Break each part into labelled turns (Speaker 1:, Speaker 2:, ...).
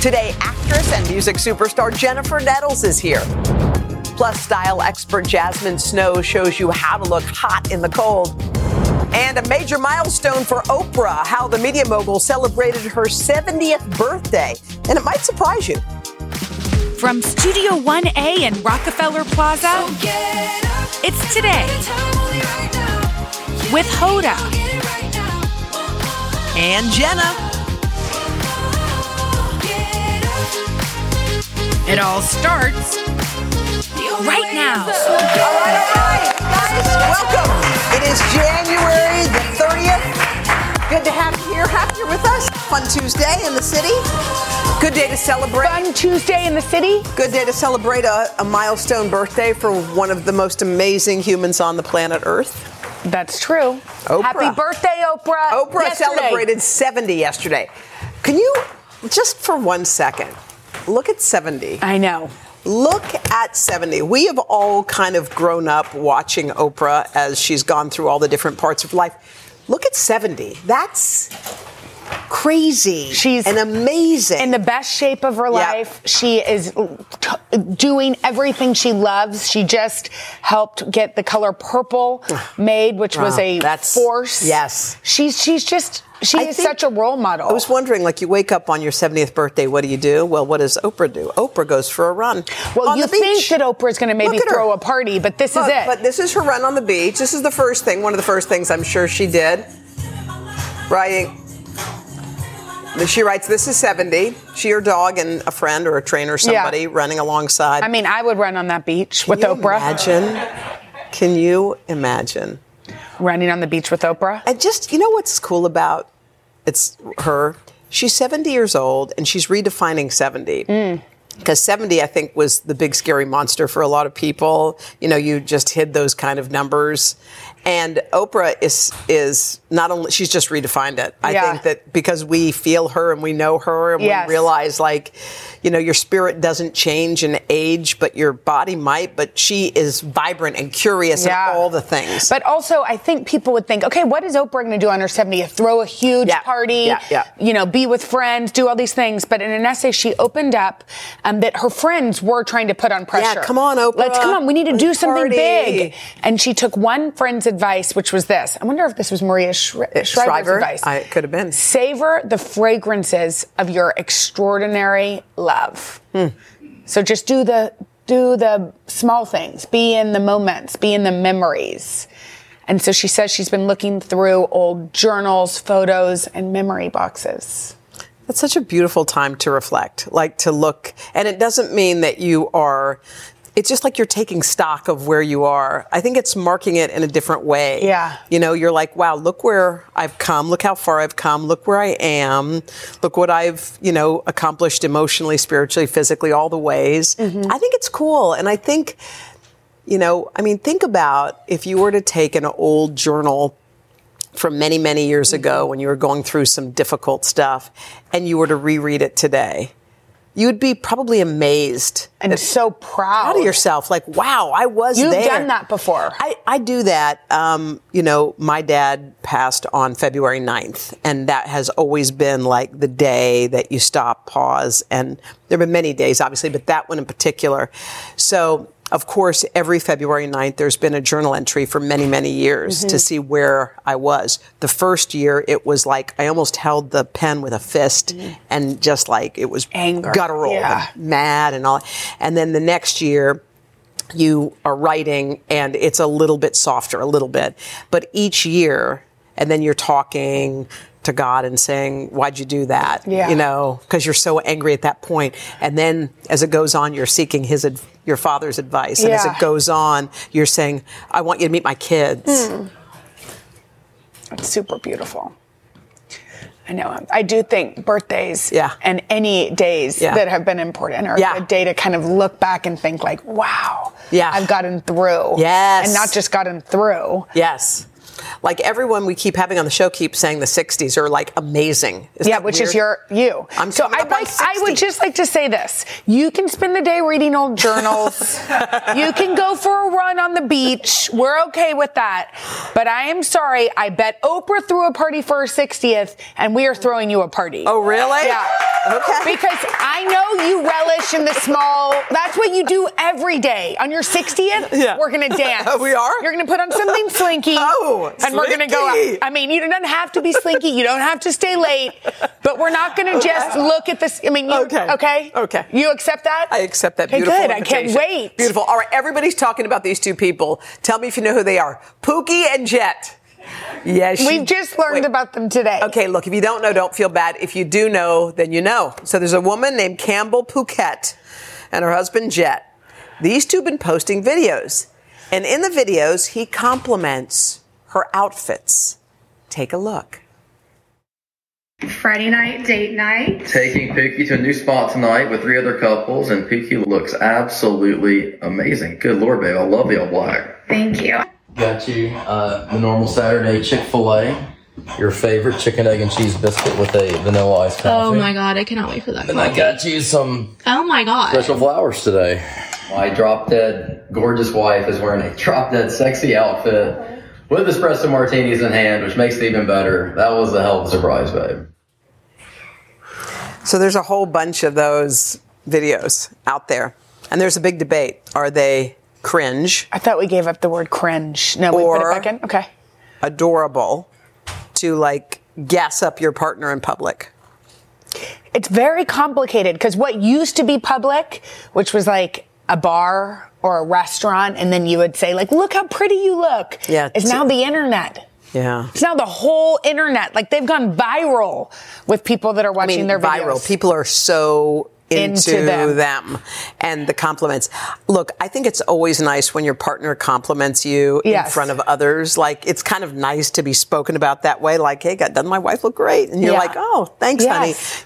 Speaker 1: Today, actress and music superstar Jennifer Nettles is here. Plus, style expert Jasmine Snow shows you how to look hot in the cold. And a major milestone for Oprah, how the media mogul celebrated her 70th birthday. And it might surprise you.
Speaker 2: From Studio 1A in Rockefeller Plaza, it's today with Hoda
Speaker 1: And Jenna.
Speaker 2: It all starts right now.
Speaker 1: All right, all right. Guys, welcome. It is January the 30th. Good to have you here. Happy you're with us. Fun Tuesday in the city. Good day to celebrate.
Speaker 3: Fun Tuesday in the city.
Speaker 1: Good day to celebrate a, a milestone birthday for one of the most amazing humans on the planet Earth.
Speaker 3: That's true.
Speaker 1: Oprah.
Speaker 3: Happy birthday, Oprah.
Speaker 1: Oprah
Speaker 3: Yesterday.
Speaker 1: celebrated 70 yesterday. Can you, just for one second, look at 70?
Speaker 3: I know.
Speaker 1: Look at 70. We have all kind of grown up watching Oprah as she's gone through all the different parts of life. Look at 70. That's crazy.
Speaker 3: She's
Speaker 1: and amazing.
Speaker 3: In the best shape of her
Speaker 1: Yeah.
Speaker 3: life, she is t- doing everything she loves. She just helped get the color purple made, which was
Speaker 1: Wow,
Speaker 3: a
Speaker 1: that's-
Speaker 3: force.
Speaker 1: yes.
Speaker 3: she's she's just she
Speaker 1: I
Speaker 3: is
Speaker 1: think-
Speaker 3: such a role model.
Speaker 1: I was wondering, like, you wake up on your 70th birthday, what do you do? Well, what does Oprah do? Oprah goes for a run.
Speaker 3: well,
Speaker 1: on
Speaker 3: you
Speaker 1: the beach.
Speaker 3: think that Oprah's going to maybe
Speaker 1: Look at her.
Speaker 3: throw a party, but this
Speaker 1: Look,
Speaker 3: is it.
Speaker 1: But this is her run on the beach. This is the first thing, one of the first things I'm sure she did. Writing. She writes, This is 70. She, her dog, and a friend or a trainer, somebody
Speaker 3: Yeah.
Speaker 1: running alongside.
Speaker 3: I mean, I would run on that beach with
Speaker 1: Can you
Speaker 3: Oprah.
Speaker 1: Imagine. Can you imagine?
Speaker 3: Running on the beach with Oprah.
Speaker 1: And just, you know what's cool about it's her? She's 70 years old and she's redefining 70.
Speaker 3: Mm.
Speaker 1: Because 70, I think, was the big scary monster for a lot of people. You know, you just hid those kind of numbers. And Oprah is, is not only, she's just redefined it. I
Speaker 3: Yeah.
Speaker 1: think that because we feel her and we know her and
Speaker 3: Yes.
Speaker 1: we realize, like, you know, your spirit doesn't change in age, but your body might. But she is vibrant and curious
Speaker 3: Yeah.
Speaker 1: and all the things.
Speaker 3: But also, I think people would think, okay, what is Oprah going to do on her 70th? Throw a huge
Speaker 1: Yeah,
Speaker 3: party,
Speaker 1: yeah, yeah.
Speaker 3: you know, be with friends, do all these things. But in an essay, she opened up um, that her friends were trying to put on pressure.
Speaker 1: come on, Oprah.
Speaker 3: Let's come on. We need to
Speaker 1: Let's
Speaker 3: do something
Speaker 1: party.
Speaker 3: big. And she took one friend's advice, which was this. I wonder if this was Maria Shri- uh, Shriver's
Speaker 1: Shriver?
Speaker 3: advice.
Speaker 1: I- it could have been.
Speaker 3: Savor the fragrances of your extraordinary love.
Speaker 1: Hmm.
Speaker 3: So just do the do the small things. Be in the moments. Be in the memories. And so she says she's been looking through old journals, photos, and memory boxes.
Speaker 1: That's such a beautiful time to reflect, like to look. And it doesn't mean that you are, it's just like you're taking stock of where you are. I think it's marking it in a different way.
Speaker 3: Yeah.
Speaker 1: You know, you're like, wow, look where I've come. Look how far I've come. Look where I am. Look what I've, you know, accomplished emotionally, spiritually, physically, all the ways.
Speaker 3: Mm-hmm.
Speaker 1: I think it's cool. And I think, you know, I mean, think about if you were to take an old journal from many, many years
Speaker 3: Mm-hmm.
Speaker 1: ago when you were going through some difficult stuff and you were to reread it today, you'd be probably amazed.
Speaker 3: And so proud.
Speaker 1: Proud of yourself, like wow, I was
Speaker 3: You've
Speaker 1: there.
Speaker 3: done that before.
Speaker 1: I, I do that. Um, you know, my dad passed on February 9th, and that has always been like the day that you stop, pause, and there have been many days, obviously, but that one in particular. So, of course, every February 9th, there's been a journal entry for many, many years
Speaker 3: Mm-hmm.
Speaker 1: to see where I was. The first year, it was like I almost held the pen with a fist and just like it was
Speaker 3: Mm. Anger.
Speaker 1: guttural,
Speaker 3: Yeah.
Speaker 1: and mad, and all. And then the next year, you are writing and it's a little bit softer, a little bit. But each year, and then you're talking to God and saying, Why'd you do that?
Speaker 3: Yeah.
Speaker 1: You know, because you're so angry at that point. And then as it goes on, you're seeking his ad- your father's advice. And as
Speaker 3: Yeah.
Speaker 1: it goes on, you're saying, I want
Speaker 3: Hmm.
Speaker 1: you to meet my kids.
Speaker 3: It's super beautiful. I know. I do think birthdays
Speaker 1: Yeah.
Speaker 3: and any days
Speaker 1: Yeah.
Speaker 3: that have been important are
Speaker 1: Yeah.
Speaker 3: a day to kind of look back and think like, wow,
Speaker 1: Yeah.
Speaker 3: I've gotten through.
Speaker 1: Yes.
Speaker 3: And not just gotten through.
Speaker 1: Yes. Like everyone we keep having on the show keeps saying the 60s are like amazing. Isn't
Speaker 3: yeah,
Speaker 1: that
Speaker 3: which is
Speaker 1: weird?
Speaker 3: your you.
Speaker 1: I'm
Speaker 3: so
Speaker 1: coming
Speaker 3: I
Speaker 1: up on
Speaker 3: like. I would
Speaker 1: 60.
Speaker 3: just like to say this: you can spend the day reading old journals. you can go for a run on the beach. We're okay with that. But I am sorry. I bet Oprah threw a party for her 60th, and we are throwing you a party.
Speaker 1: Oh, really?
Speaker 3: Yeah.
Speaker 1: Okay.
Speaker 3: Because I know you relish in the small. That's what you do every day. On your 60th,
Speaker 1: Yeah.
Speaker 3: we're gonna dance.
Speaker 1: We are?
Speaker 3: You're gonna put on something slinky.
Speaker 1: Oh,
Speaker 3: and we're gonna go
Speaker 1: slinky.
Speaker 3: out. I mean, you don't have to be slinky. You don't have to stay late. But we're not going to just look at this. I mean, you,
Speaker 1: Okay.
Speaker 3: okay. okay,
Speaker 1: Okay.
Speaker 3: You accept that?
Speaker 1: I accept that
Speaker 3: Okay,
Speaker 1: beautiful
Speaker 3: good. I
Speaker 1: invitation.
Speaker 3: can't wait.
Speaker 1: Beautiful. All right, everybody's talking about these two people. Tell me if you know who they are. Pookie and Jet. Yes. she-
Speaker 3: We've just learned
Speaker 1: Wait.
Speaker 3: about them today.
Speaker 1: Okay, look, if you don't know, don't feel bad. If you do know, then you know. So there's a woman named Campbell Pouquette and her husband Jet. These two have been posting videos. And in the videos, he compliments her outfits. Take a look.
Speaker 4: Friday night, date night.
Speaker 5: taking Pookie to a new spot tonight with three other couples, and Pookie looks absolutely amazing. Good lord, babe, I love the all black.
Speaker 4: Thank you.
Speaker 5: Got you uh, the normal Saturday Chick Fil A, your favorite chicken egg and cheese biscuit with a vanilla ice
Speaker 6: Oh
Speaker 5: coffee.
Speaker 6: my god, I cannot wait for that.
Speaker 5: And I got you some
Speaker 6: Oh my god.
Speaker 5: special flowers today. My drop dead gorgeous wife is wearing a drop dead sexy outfit with espresso martinis in hand, which makes it even better. That was a hell of a surprise, babe.
Speaker 1: So there's a whole bunch of those videos out there. And there's a big debate. Are they cringe,
Speaker 3: I thought we gave up the word cringe. No, we put
Speaker 1: Or-
Speaker 3: it back in. Okay.
Speaker 1: adorable, to like gas up your partner in public?
Speaker 3: It's very complicated because what used to be public, which was like a bar or a restaurant, and then you would say like, "Look how pretty you look,"
Speaker 1: Yeah,
Speaker 3: is
Speaker 1: t-
Speaker 3: now the internet.
Speaker 1: Yeah.
Speaker 3: It's now the whole internet. Like they've gone viral with people that are
Speaker 1: I
Speaker 3: watching
Speaker 1: mean,
Speaker 3: their
Speaker 1: viral.
Speaker 3: videos.
Speaker 1: People are so into,
Speaker 3: Into them.
Speaker 1: them and the compliments. Look, I think it's always nice when your partner compliments you in
Speaker 3: Yes.
Speaker 1: front of others. Like, it's kind of nice to be spoken about that way. Like, hey, God, doesn't my wife look great? And you're
Speaker 3: Yeah.
Speaker 1: like, oh, thanks,
Speaker 3: Yes.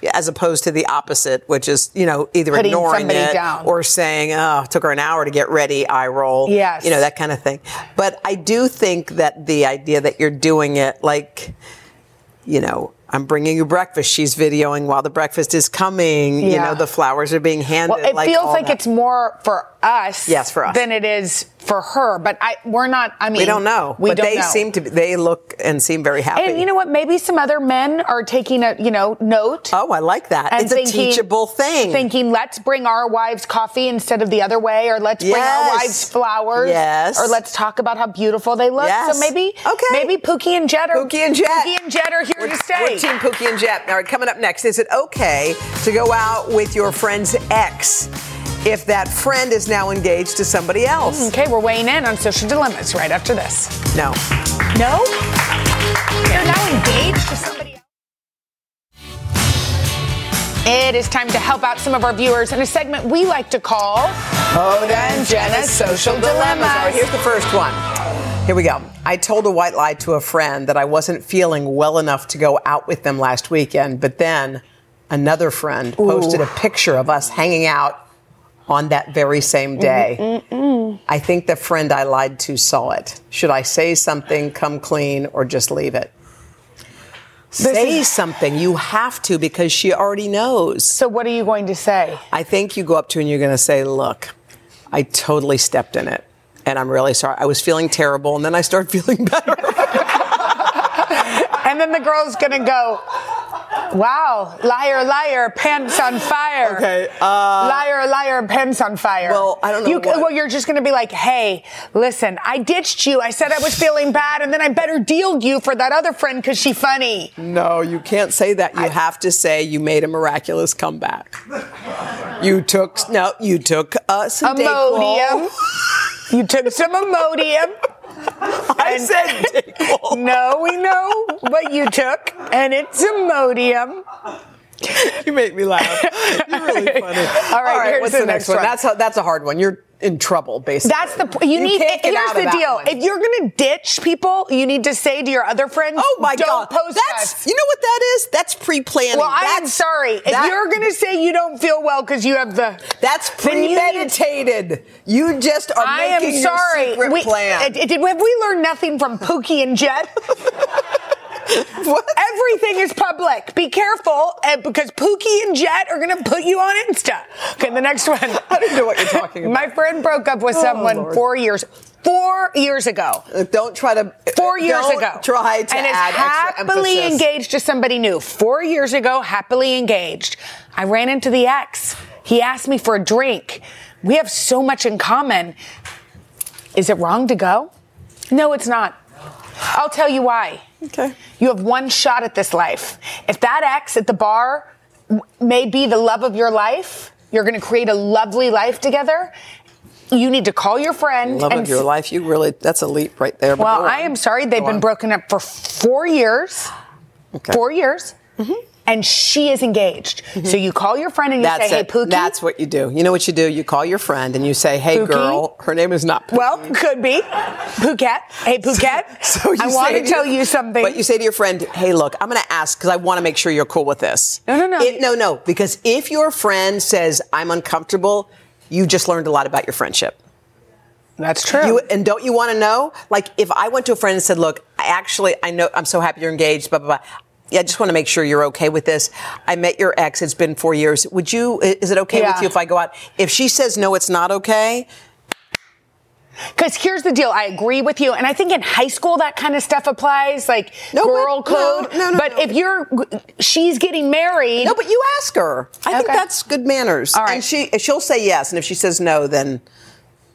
Speaker 1: honey. As opposed to the opposite, which is, you know, either
Speaker 3: Putting
Speaker 1: ignoring
Speaker 3: somebody
Speaker 1: it
Speaker 3: down.
Speaker 1: or saying, oh, it took her an hour to get ready, I roll.
Speaker 3: Yes.
Speaker 1: You know, that kind of thing. But I do think that the idea that you're doing it, like, you know, I'm bringing you breakfast. She's videoing while the breakfast is coming. You
Speaker 3: Yeah.
Speaker 1: know, the flowers are being handed.
Speaker 3: Well, it feels
Speaker 1: all
Speaker 3: like
Speaker 1: that.
Speaker 3: it's more for us,
Speaker 1: Yes, for us.
Speaker 3: than it is for her. But I, we're not. I mean,
Speaker 1: We don't know.
Speaker 3: We
Speaker 1: but
Speaker 3: don't
Speaker 1: they
Speaker 3: know.
Speaker 1: seem to. Be, they look and seem very happy.
Speaker 3: And you know what? Maybe some other men are taking a you know note.
Speaker 1: Oh, I like that.
Speaker 3: and
Speaker 1: It's a
Speaker 3: thinking-
Speaker 1: teachable thing.
Speaker 3: Thinking, let's bring our wives coffee instead of the other way, or let's bring our
Speaker 1: Yes.
Speaker 3: wives flowers,
Speaker 1: Yes.
Speaker 3: or let's talk about how beautiful they look.
Speaker 1: Yes.
Speaker 3: So maybe,
Speaker 1: Okay.
Speaker 3: maybe Pookie and Jet are
Speaker 1: Pookie and Jet.
Speaker 3: Pookie and Jet are here
Speaker 1: We're,
Speaker 3: to stay.
Speaker 1: we're Team Pookie and Jet. All right, coming up next, is it okay to go out with your friend's ex if that friend is now engaged to somebody else?
Speaker 3: Mm, Okay, we're weighing in on social dilemmas right after this.
Speaker 1: No.
Speaker 3: No? They're now engaged to somebody else. It is time to help out some of our viewers in a segment we like to call Hoda and Jenna's Social
Speaker 1: All right, here's
Speaker 3: Dilemmas.
Speaker 1: the first one. Here we go. I told a white lie to a friend that I wasn't feeling well enough to go out with them last weekend, but then another friend posted a picture of us hanging out on that very same day.
Speaker 4: Mm.
Speaker 1: I think the friend I lied to saw it. Should I say something, come clean, or just leave it? say something. You have to because she already knows.
Speaker 3: So, what are you going to say?
Speaker 1: I think you go up to her and you're going to say, "Look, I totally stepped in it, and I'm really sorry. I was feeling terrible, and then I started feeling better."
Speaker 3: And then the girl's going to go, Wow, liar, liar, pants on fire.
Speaker 1: Okay, uh,
Speaker 3: liar, liar, pants on fire.
Speaker 1: Well, I don't know
Speaker 3: You,
Speaker 1: what-
Speaker 3: Well, you're just going to be like, hey, listen, I ditched you. I said I was feeling bad, and then I better dealed you for that other friend because she funny.
Speaker 1: no, you can't say that. You have to say you made a miraculous comeback. You took no, you took uh, some
Speaker 3: Imodium.
Speaker 1: Dayquil.
Speaker 3: you took um, some Imodium.
Speaker 1: I
Speaker 3: And-
Speaker 1: said Dayquil.
Speaker 3: No, we know what you took, and it's Imodium.
Speaker 1: You make me laugh. You're really funny. All
Speaker 3: right, here's
Speaker 1: what's
Speaker 3: the
Speaker 1: the next
Speaker 3: next
Speaker 1: one?
Speaker 3: one.
Speaker 1: That's a, that's a hard one. You're in trouble, basically.
Speaker 3: That's the point. You, need.
Speaker 1: can't get
Speaker 3: here's
Speaker 1: out of
Speaker 3: the
Speaker 1: that
Speaker 3: deal.
Speaker 1: one.
Speaker 3: If you're gonna ditch people, you need to say to your other friends,
Speaker 1: Oh my
Speaker 3: don't
Speaker 1: God!
Speaker 3: post
Speaker 1: That's
Speaker 3: us."
Speaker 1: you know what that is. That's pre-planning.
Speaker 3: well, I'm
Speaker 1: that's,
Speaker 3: sorry. If
Speaker 1: that-
Speaker 3: you're gonna say you don't feel well because you have the,
Speaker 1: That's
Speaker 3: Then you need-
Speaker 1: premeditated. You, just are
Speaker 3: I
Speaker 1: making
Speaker 3: am
Speaker 1: your
Speaker 3: sorry.
Speaker 1: secret
Speaker 3: We,
Speaker 1: plan.
Speaker 3: it- it- did- have we learned nothing from Pookie and Jet?
Speaker 1: What?
Speaker 3: Everything is public. Be careful uh, because Pookie and Jet are gonna put you on Insta. Okay, the next one. I
Speaker 1: don't know what you're talking about. Oh,
Speaker 3: My friend broke up with someone
Speaker 1: Lord. Uh,
Speaker 3: four years, four years ago.
Speaker 1: Don't try to.
Speaker 3: 4 years
Speaker 1: don't
Speaker 3: ago.
Speaker 1: Try to
Speaker 3: and is
Speaker 1: add extra
Speaker 3: happily
Speaker 1: emphasis.
Speaker 3: engaged to somebody new. Four years ago, happily engaged. I ran into the ex. He asked me for a drink. We have so much in common. Is it wrong to go? No, it's not. I'll tell you why.
Speaker 1: Okay.
Speaker 3: You have one shot at this life. If that ex at the bar w- may be the love of your life, you're going to create a lovely life together. You need to call your friend
Speaker 1: Love
Speaker 3: and
Speaker 1: of your life. You really. That's a leap right there. but
Speaker 3: well,
Speaker 1: go on.
Speaker 3: I am sorry. They've
Speaker 1: Go
Speaker 3: been
Speaker 1: on.
Speaker 3: broken up for four years.
Speaker 1: Okay. Mm-hmm.
Speaker 3: Four years. And she is engaged. So you call your friend and you
Speaker 1: That's
Speaker 3: say,
Speaker 1: it.
Speaker 3: hey, Pookie.
Speaker 1: That's what you do. You know what you do? You call your friend and you say, "Hey,
Speaker 3: Pookie?
Speaker 1: girl, her name is not." Pookie.
Speaker 3: Well, could be. Phuket. Hey, Phuket.
Speaker 1: So you
Speaker 3: I want
Speaker 1: say
Speaker 3: to tell
Speaker 1: your-
Speaker 3: you something.
Speaker 1: But you say to your friend, "Hey, look, I'm going to ask because I want to make sure you're cool with this."
Speaker 3: No, no, no.
Speaker 1: It- no, no. Because if your friend says, "I'm uncomfortable," you just learned a lot about your friendship.
Speaker 3: That's true.
Speaker 1: You, and don't you want to know? Like, if I went to a friend and said, "Look, I actually, I know, I'm so happy you're engaged," blah blah blah. Yeah, I just want to make sure you're okay with this. I met your ex; it's been four years. Would you? i- Is it okay
Speaker 3: Yeah.
Speaker 1: with you if I go out? If she says no, it's not okay.
Speaker 3: Because here's the deal. I agree with you. And I think in high school, that kind of stuff applies, like
Speaker 1: No, but-
Speaker 3: girl code.
Speaker 1: no, no, no,
Speaker 3: but
Speaker 1: no.
Speaker 3: if you're, she's getting married.
Speaker 1: No, but you ask her. I think
Speaker 3: Okay.
Speaker 1: that's good manners.
Speaker 3: All right.
Speaker 1: And she she'll say yes, and if she says no, then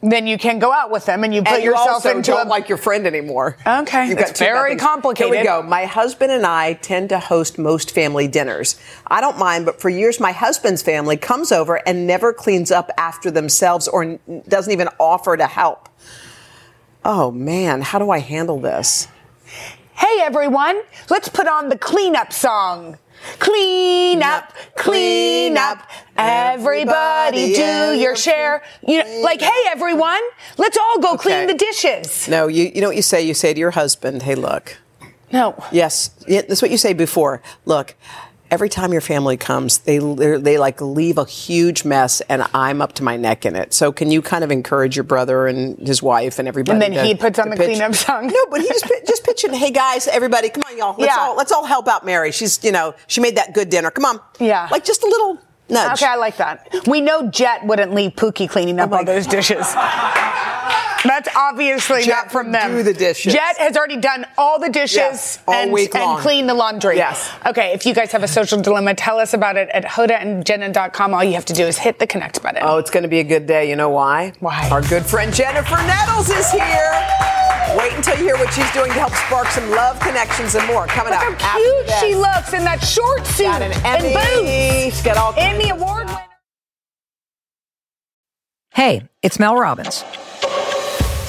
Speaker 3: then you can go out with them and you put
Speaker 1: and you
Speaker 3: yourself
Speaker 1: also
Speaker 3: into
Speaker 1: don't
Speaker 3: a
Speaker 1: like your friend anymore.
Speaker 3: Okay,
Speaker 1: You've
Speaker 3: that's
Speaker 1: got two bad
Speaker 3: very
Speaker 1: things.
Speaker 3: complicated.
Speaker 1: Here we go. My husband and I tend to host most family dinners. I don't mind, but for years my husband's family comes over and never cleans up after themselves or n- doesn't even offer to help. Oh man, how do I handle this?
Speaker 3: Hey everyone, let's put on the cleanup song. Clean up, clean up, everybody do your share. You know, like, hey everyone, let's all go clean
Speaker 1: Okay.
Speaker 3: the dishes.
Speaker 1: No, you you know what you say. You say to your husband, "Hey, look."
Speaker 3: No.
Speaker 1: Yes, yeah, that's what you say before. Look, every time your family comes, they they're- they like leave a huge mess, and I'm up to my neck in it. So can you kind of encourage your brother and his wife and everybody?
Speaker 3: And then
Speaker 1: to-
Speaker 3: he puts on
Speaker 1: to
Speaker 3: the
Speaker 1: pitch-
Speaker 3: cleanup song.
Speaker 1: No, but he just pi- just pitching. Hey guys, everybody, come on, y'all. Let's
Speaker 3: Yeah.
Speaker 1: all let's all help out Mary. She's you know she made that good dinner. Come on.
Speaker 3: Yeah.
Speaker 1: Like just a little nudge.
Speaker 3: Okay, I like that. We know Jet wouldn't leave Pookie cleaning up
Speaker 1: Oh my
Speaker 3: all those dishes. That's obviously
Speaker 1: Jet
Speaker 3: not from
Speaker 1: would
Speaker 3: them.
Speaker 1: do the dishes.
Speaker 3: Jet has already done all the dishes
Speaker 1: Yes, all
Speaker 3: and,
Speaker 1: week
Speaker 3: and
Speaker 1: long.
Speaker 3: cleaned the laundry.
Speaker 1: Yes.
Speaker 3: Okay, if you guys have a social dilemma, tell us about it at hodaandjenna.com. All you have to do is hit the connect button.
Speaker 1: Oh, it's going to be a good day. You know why?
Speaker 3: Why?
Speaker 1: Our good friend Jennifer Nettles is here. Wait until you hear what she's doing to help spark some love connections and more coming
Speaker 3: Look
Speaker 1: up.
Speaker 3: how
Speaker 1: after
Speaker 3: cute
Speaker 1: this.
Speaker 3: she looks in that short suit
Speaker 1: Got an Emmy.
Speaker 3: and boots.
Speaker 1: She's got all kinds
Speaker 3: Emmy
Speaker 1: of
Speaker 3: award winner.
Speaker 4: Hey, it's Mel Robbins.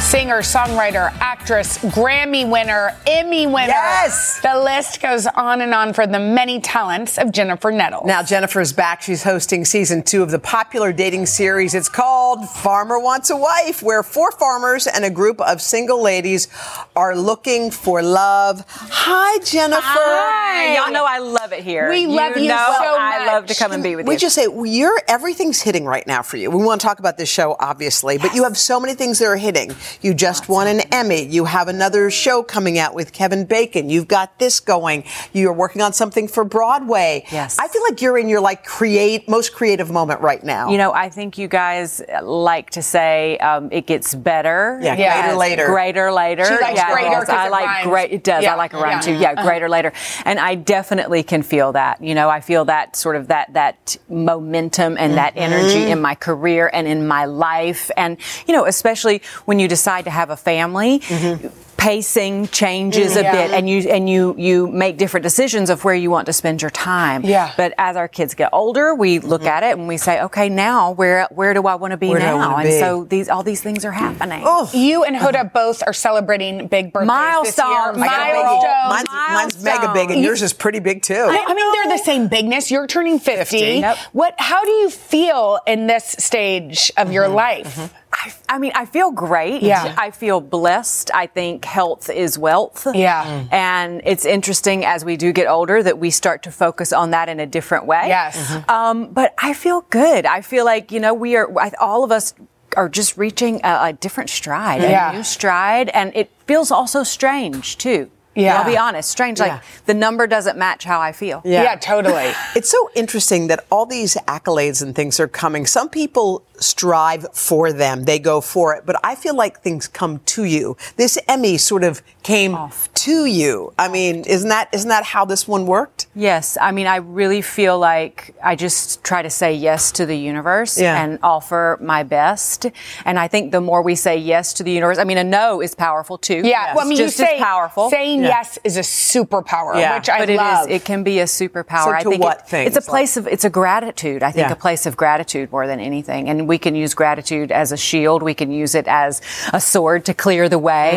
Speaker 3: Singer, songwriter, actress, Grammy winner, Emmy winner.
Speaker 1: Yes!
Speaker 3: The list goes on and on for the many talents of Jennifer Nettles.
Speaker 1: Now Jennifer's back. She's hosting season two of the popular dating series. It's called Farmer Wants a Wife, where four farmers and a group of single ladies are looking for love. Hi, Jennifer.
Speaker 3: Hi.
Speaker 7: I, y'all know I love it here.
Speaker 3: We love you
Speaker 7: know
Speaker 3: so
Speaker 7: I
Speaker 3: much.
Speaker 7: love to come and be with
Speaker 1: we
Speaker 7: you.
Speaker 1: just say well, you're everything's hitting right now for you. We want to talk about this show, obviously, but you have so many things that are hitting. You just won an Emmy. You have another show coming out with Kevin Bacon. You've got this going. You're working on something for Broadway.
Speaker 7: Yes.
Speaker 1: I feel like you're in your like create most creative moment right now.
Speaker 7: You know, I think you guys like to say um, it gets better.
Speaker 1: Yeah,
Speaker 3: Yeah.
Speaker 1: greater later.
Speaker 7: Greater later.
Speaker 3: She likes
Speaker 7: yeah,
Speaker 3: greater 'cause
Speaker 7: I
Speaker 3: it
Speaker 7: like
Speaker 3: rhymes.
Speaker 7: great. It does.
Speaker 3: Yeah.
Speaker 7: I like a rhyme
Speaker 3: Yeah.
Speaker 7: too. Yeah, greater later. And I definitely can feel that. You know, I feel that sort of that that momentum and that
Speaker 1: Mm-hmm.
Speaker 7: energy in my career and in my life. And you know, especially when you decide to have a family.
Speaker 1: Mm-hmm.
Speaker 7: Pacing changes a bit, and you and you you make different decisions of where you want to spend your time.
Speaker 3: Yeah.
Speaker 7: But as our kids get older, we look at it and we say, okay, now where where do I want to be
Speaker 1: Mm-hmm. Where do I
Speaker 7: now?
Speaker 1: wanna
Speaker 7: And
Speaker 1: be?
Speaker 7: so these all these things are happening.
Speaker 3: You and Huda both are celebrating big birthdays this year.
Speaker 7: Milestone.
Speaker 1: I got a biggie.
Speaker 3: Milestone.
Speaker 1: Mine's, mine's mega big, and yours is pretty big too.
Speaker 3: I, I mean, they're the same bigness. You're turning
Speaker 1: 50.
Speaker 3: 50.
Speaker 1: Yep.
Speaker 3: What? How do you feel in this stage of
Speaker 1: Mm-hmm.
Speaker 3: your life?
Speaker 7: I, I mean, I feel great.
Speaker 3: Mm-hmm. Yeah.
Speaker 7: I feel blessed. I think health is wealth.
Speaker 3: Yeah. Mm.
Speaker 7: And it's interesting as we do get older that we start to focus on that in a different way.
Speaker 3: Yes. Mhm.
Speaker 7: Um, but I feel good. I feel like, you know, we are, I, all of us are just reaching a, a different stride,
Speaker 3: Yeah.
Speaker 7: a new stride. And it feels also strange, too.
Speaker 3: Yeah.
Speaker 7: I'll be honest, strange.
Speaker 1: Yeah.
Speaker 7: Like the number doesn't match how I feel.
Speaker 3: Yeah, totally.
Speaker 1: It's so interesting that all these accolades and things are coming. Some people strive for them, they go for it, but I feel like things come to you. This Emmy sort of came to you. I mean, isn't that isn't that how this one worked?
Speaker 7: Yes, I mean, I really feel like I just try to say yes to the universe
Speaker 1: Yeah.
Speaker 7: and offer my best. And I think the more we say yes to the universe, I mean, a no is powerful too.
Speaker 3: Yeah. Well, I
Speaker 7: It's
Speaker 3: mean,
Speaker 7: just
Speaker 3: you say
Speaker 7: as powerful.
Speaker 3: saying yes is a superpower,
Speaker 1: Yeah.
Speaker 3: which I
Speaker 7: but
Speaker 3: love.
Speaker 7: it is. It can be a superpower.
Speaker 1: So
Speaker 7: I
Speaker 1: to
Speaker 7: think
Speaker 1: what
Speaker 7: it-
Speaker 1: things?
Speaker 7: it's a place of it's a gratitude. I think
Speaker 1: Yeah.
Speaker 7: a place of gratitude more than anything. And we can use gratitude as a shield. We can use it as a sword to clear the way.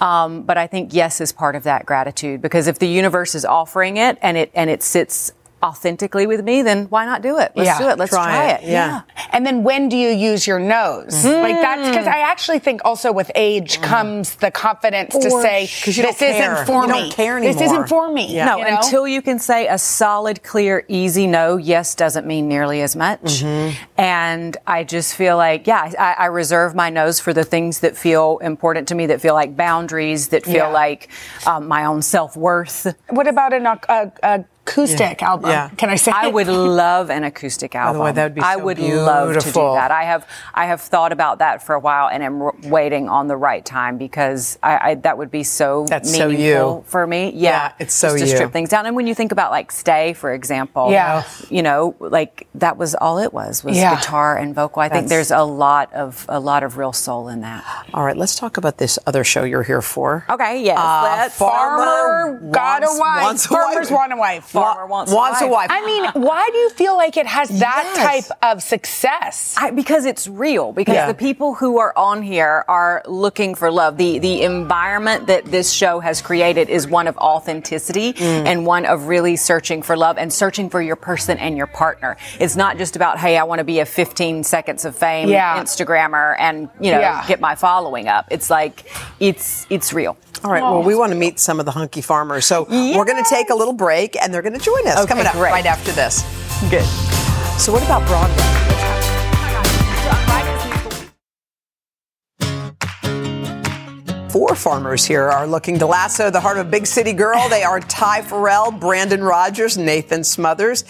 Speaker 1: Mm.
Speaker 7: Um, but I think yes is part of that gratitude because if the universe is offering it and it and it sits authentically with me, then why not do it? Let's
Speaker 3: Yeah,
Speaker 7: do it. Let's
Speaker 1: try
Speaker 7: try,
Speaker 1: it.
Speaker 7: it.
Speaker 1: Yeah. Hmm.
Speaker 3: And then when do you use your nose? Like that's because I actually think also with age comes the confidence to say
Speaker 1: Mm. 'Cause you don't
Speaker 3: this isn't
Speaker 1: care.
Speaker 3: for
Speaker 1: You
Speaker 3: me.
Speaker 1: don't care
Speaker 3: This
Speaker 1: anymore."
Speaker 3: isn't for me.
Speaker 1: Yeah.
Speaker 7: No,
Speaker 3: you know?
Speaker 7: until you can say a solid, clear, easy no, yes doesn't mean nearly as much.
Speaker 1: Mm-hmm.
Speaker 3: Mm-hmm.
Speaker 7: And I just feel like, yeah, I, I reserve my no's for the things that feel important to me, that feel like boundaries, that feel
Speaker 3: Yeah.
Speaker 7: like um, my own self worth.
Speaker 3: What about an ac- a, a acoustic album?
Speaker 1: Yeah.
Speaker 3: Can I say?
Speaker 7: I
Speaker 3: it?
Speaker 7: would love an acoustic
Speaker 1: the
Speaker 7: album.
Speaker 1: way, that would be
Speaker 7: I
Speaker 1: so
Speaker 7: would love to do
Speaker 1: beautiful.
Speaker 7: that. I have I have thought about that for a while, and am r- waiting on the right time because I, I that would be so
Speaker 1: That's so
Speaker 7: meaningful
Speaker 1: you.
Speaker 7: for me. Yeah,
Speaker 1: Yeah, it's so
Speaker 7: just to
Speaker 1: you.
Speaker 7: strip things down. And when you think about like Stay, for example,
Speaker 3: Yeah.
Speaker 7: you know, like that was all it was was
Speaker 3: Yeah.
Speaker 7: guitar and vocal. I think
Speaker 1: That's-
Speaker 7: there's a lot of a lot of real soul in that.
Speaker 1: All right, let's talk about this other show you're here for.
Speaker 7: Okay, yes,
Speaker 1: Uh,
Speaker 7: let's-
Speaker 3: Farmer got a wife. Farmers want a wife.
Speaker 7: Farmer wants a
Speaker 1: wants a
Speaker 7: wife.
Speaker 1: wife.
Speaker 3: I mean, why do you feel like it has that
Speaker 1: Yes.
Speaker 3: type of success?
Speaker 7: I, because it's real. Because
Speaker 1: Yeah.
Speaker 7: the people who are on here are looking for love. The the environment that this show has created is one of authenticity
Speaker 1: Mm.
Speaker 7: and one of really searching for love and searching for your person and your partner. It's not just about hey, I want to be a 15 seconds of fame
Speaker 3: Yeah.
Speaker 7: Instagrammer and you know
Speaker 3: Yeah.
Speaker 7: get my following up. It's like it's it's real. Oh.
Speaker 1: All right, well, we want to meet some of the hunky farmers. So we're going to take a little break and they're going to join us coming up
Speaker 7: great.
Speaker 1: right after this.
Speaker 7: Good.
Speaker 1: So, what about Broadway? Four farmers here are looking to lasso the heart of a big city girl. They are Ty Farrell, Brandon Rogers, Nathan Smothers,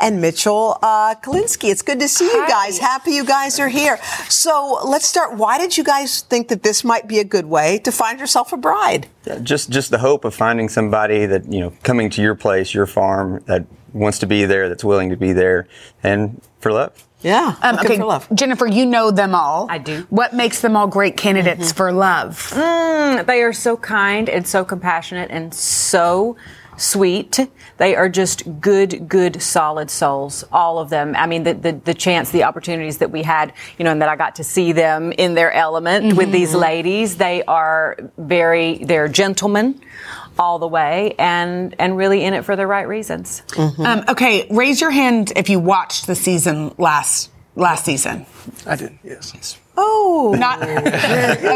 Speaker 1: and Mitchell uh, Kalinske. It's good to see you guys. Happy you guys are here. So let's start. Why did you guys think that this might be a good way to find yourself a bride?
Speaker 8: just just the hope of finding somebody that you know coming to your place, your farm that wants to be there, that's willing to be there, and for love.
Speaker 1: Yeah.
Speaker 3: Um,
Speaker 1: looking for love.
Speaker 3: Jennifer, you know them all. I
Speaker 7: do.
Speaker 3: What makes them all great candidates
Speaker 1: Mm-hmm.
Speaker 3: for love?
Speaker 7: Mm, They are so kind and so compassionate and so sweet. They are just good, good, solid souls, all of them. I mean, the, the, the chance, the opportunities that we had, you know, and that I got to see them in their element with these
Speaker 9: Mm-hmm.
Speaker 7: ladies, they are very, they're gentlemen all the way and, and really in it
Speaker 1: Mm-hmm.
Speaker 7: for the right reasons.
Speaker 3: Um, okay, raise your hand if you watched the season last last season?
Speaker 10: I did, yes.
Speaker 3: Oh, not okay,
Speaker 1: Out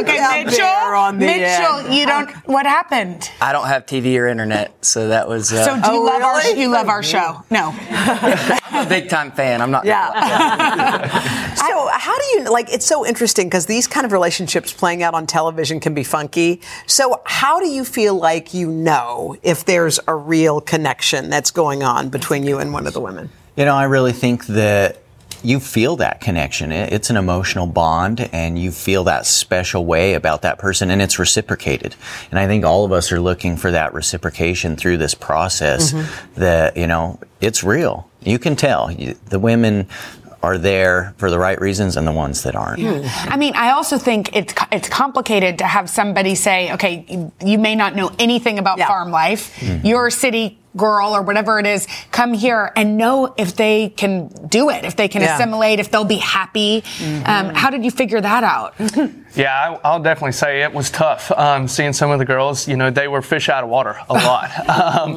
Speaker 1: there
Speaker 3: Mitchell.
Speaker 1: on the
Speaker 3: Mitchell,
Speaker 1: end.
Speaker 3: you don't. What happened?
Speaker 10: I don't have TV or internet, so that was. Uh,
Speaker 3: So do you
Speaker 1: Oh,
Speaker 3: love our you love our
Speaker 1: Mm-hmm.
Speaker 3: show? No.
Speaker 10: I'm a big time fan. I'm not.
Speaker 1: so how do you like it's so interesting because these kind of relationships playing out on television can be funky so how do you feel like you know if there's a real connection that's going on between you and one of the women
Speaker 11: You know, I really think that you feel that connection. It- It's an emotional bond, and you feel that special way about that person, and it's reciprocated. And I think all of us are looking for that reciprocation through this process
Speaker 12: Mhm.
Speaker 11: that, you know, it's real. You can tell. You- The women are there for the right reasons and the ones that aren't.
Speaker 3: Hmm. I mean, I also think it's co- it's complicated to have somebody say, okay, you- you may not know anything about farm life.
Speaker 8: Hmm.
Speaker 11: Mhm.
Speaker 3: You're a city girl or whatever it is. Come here and know if they can do it, if they can
Speaker 13: Yeah.
Speaker 3: assimilate, if they'll be happy. Um, how did you figure that out?
Speaker 13: Yeah, I, I'll definitely say it was tough. Um, seeing some of the girls, you know, they were fish out of water a lot. Um,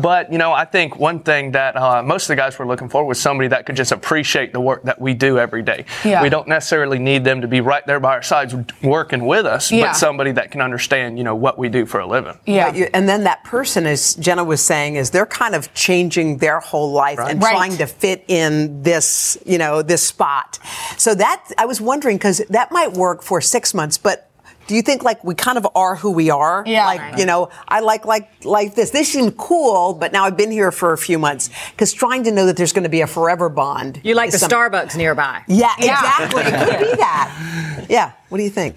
Speaker 13: but you know, I think one thing that uh, most of the guys were looking for was somebody that could just appreciate the work that we do every day.
Speaker 14: Yeah.
Speaker 13: We don't necessarily need them to be right there by our sides working with us,
Speaker 1: Yeah.
Speaker 13: but somebody that can understand, you know, what we do for a living.
Speaker 1: yeah you, and then that person as jenna was saying is they're kind of changing their whole life and
Speaker 13: Right.
Speaker 1: trying to fit in this you know this spot so that i was wondering because that might work for six months but do you think like we kind of are who we are? Yeah. Like you know, I like like like this. This seemed cool, but now I've been here for a few months because trying to know that there's going to be a forever bond.
Speaker 9: You like the
Speaker 1: is some-
Speaker 9: Starbucks nearby.
Speaker 1: Yeah, exactly. it could be that. Yeah. What do you think?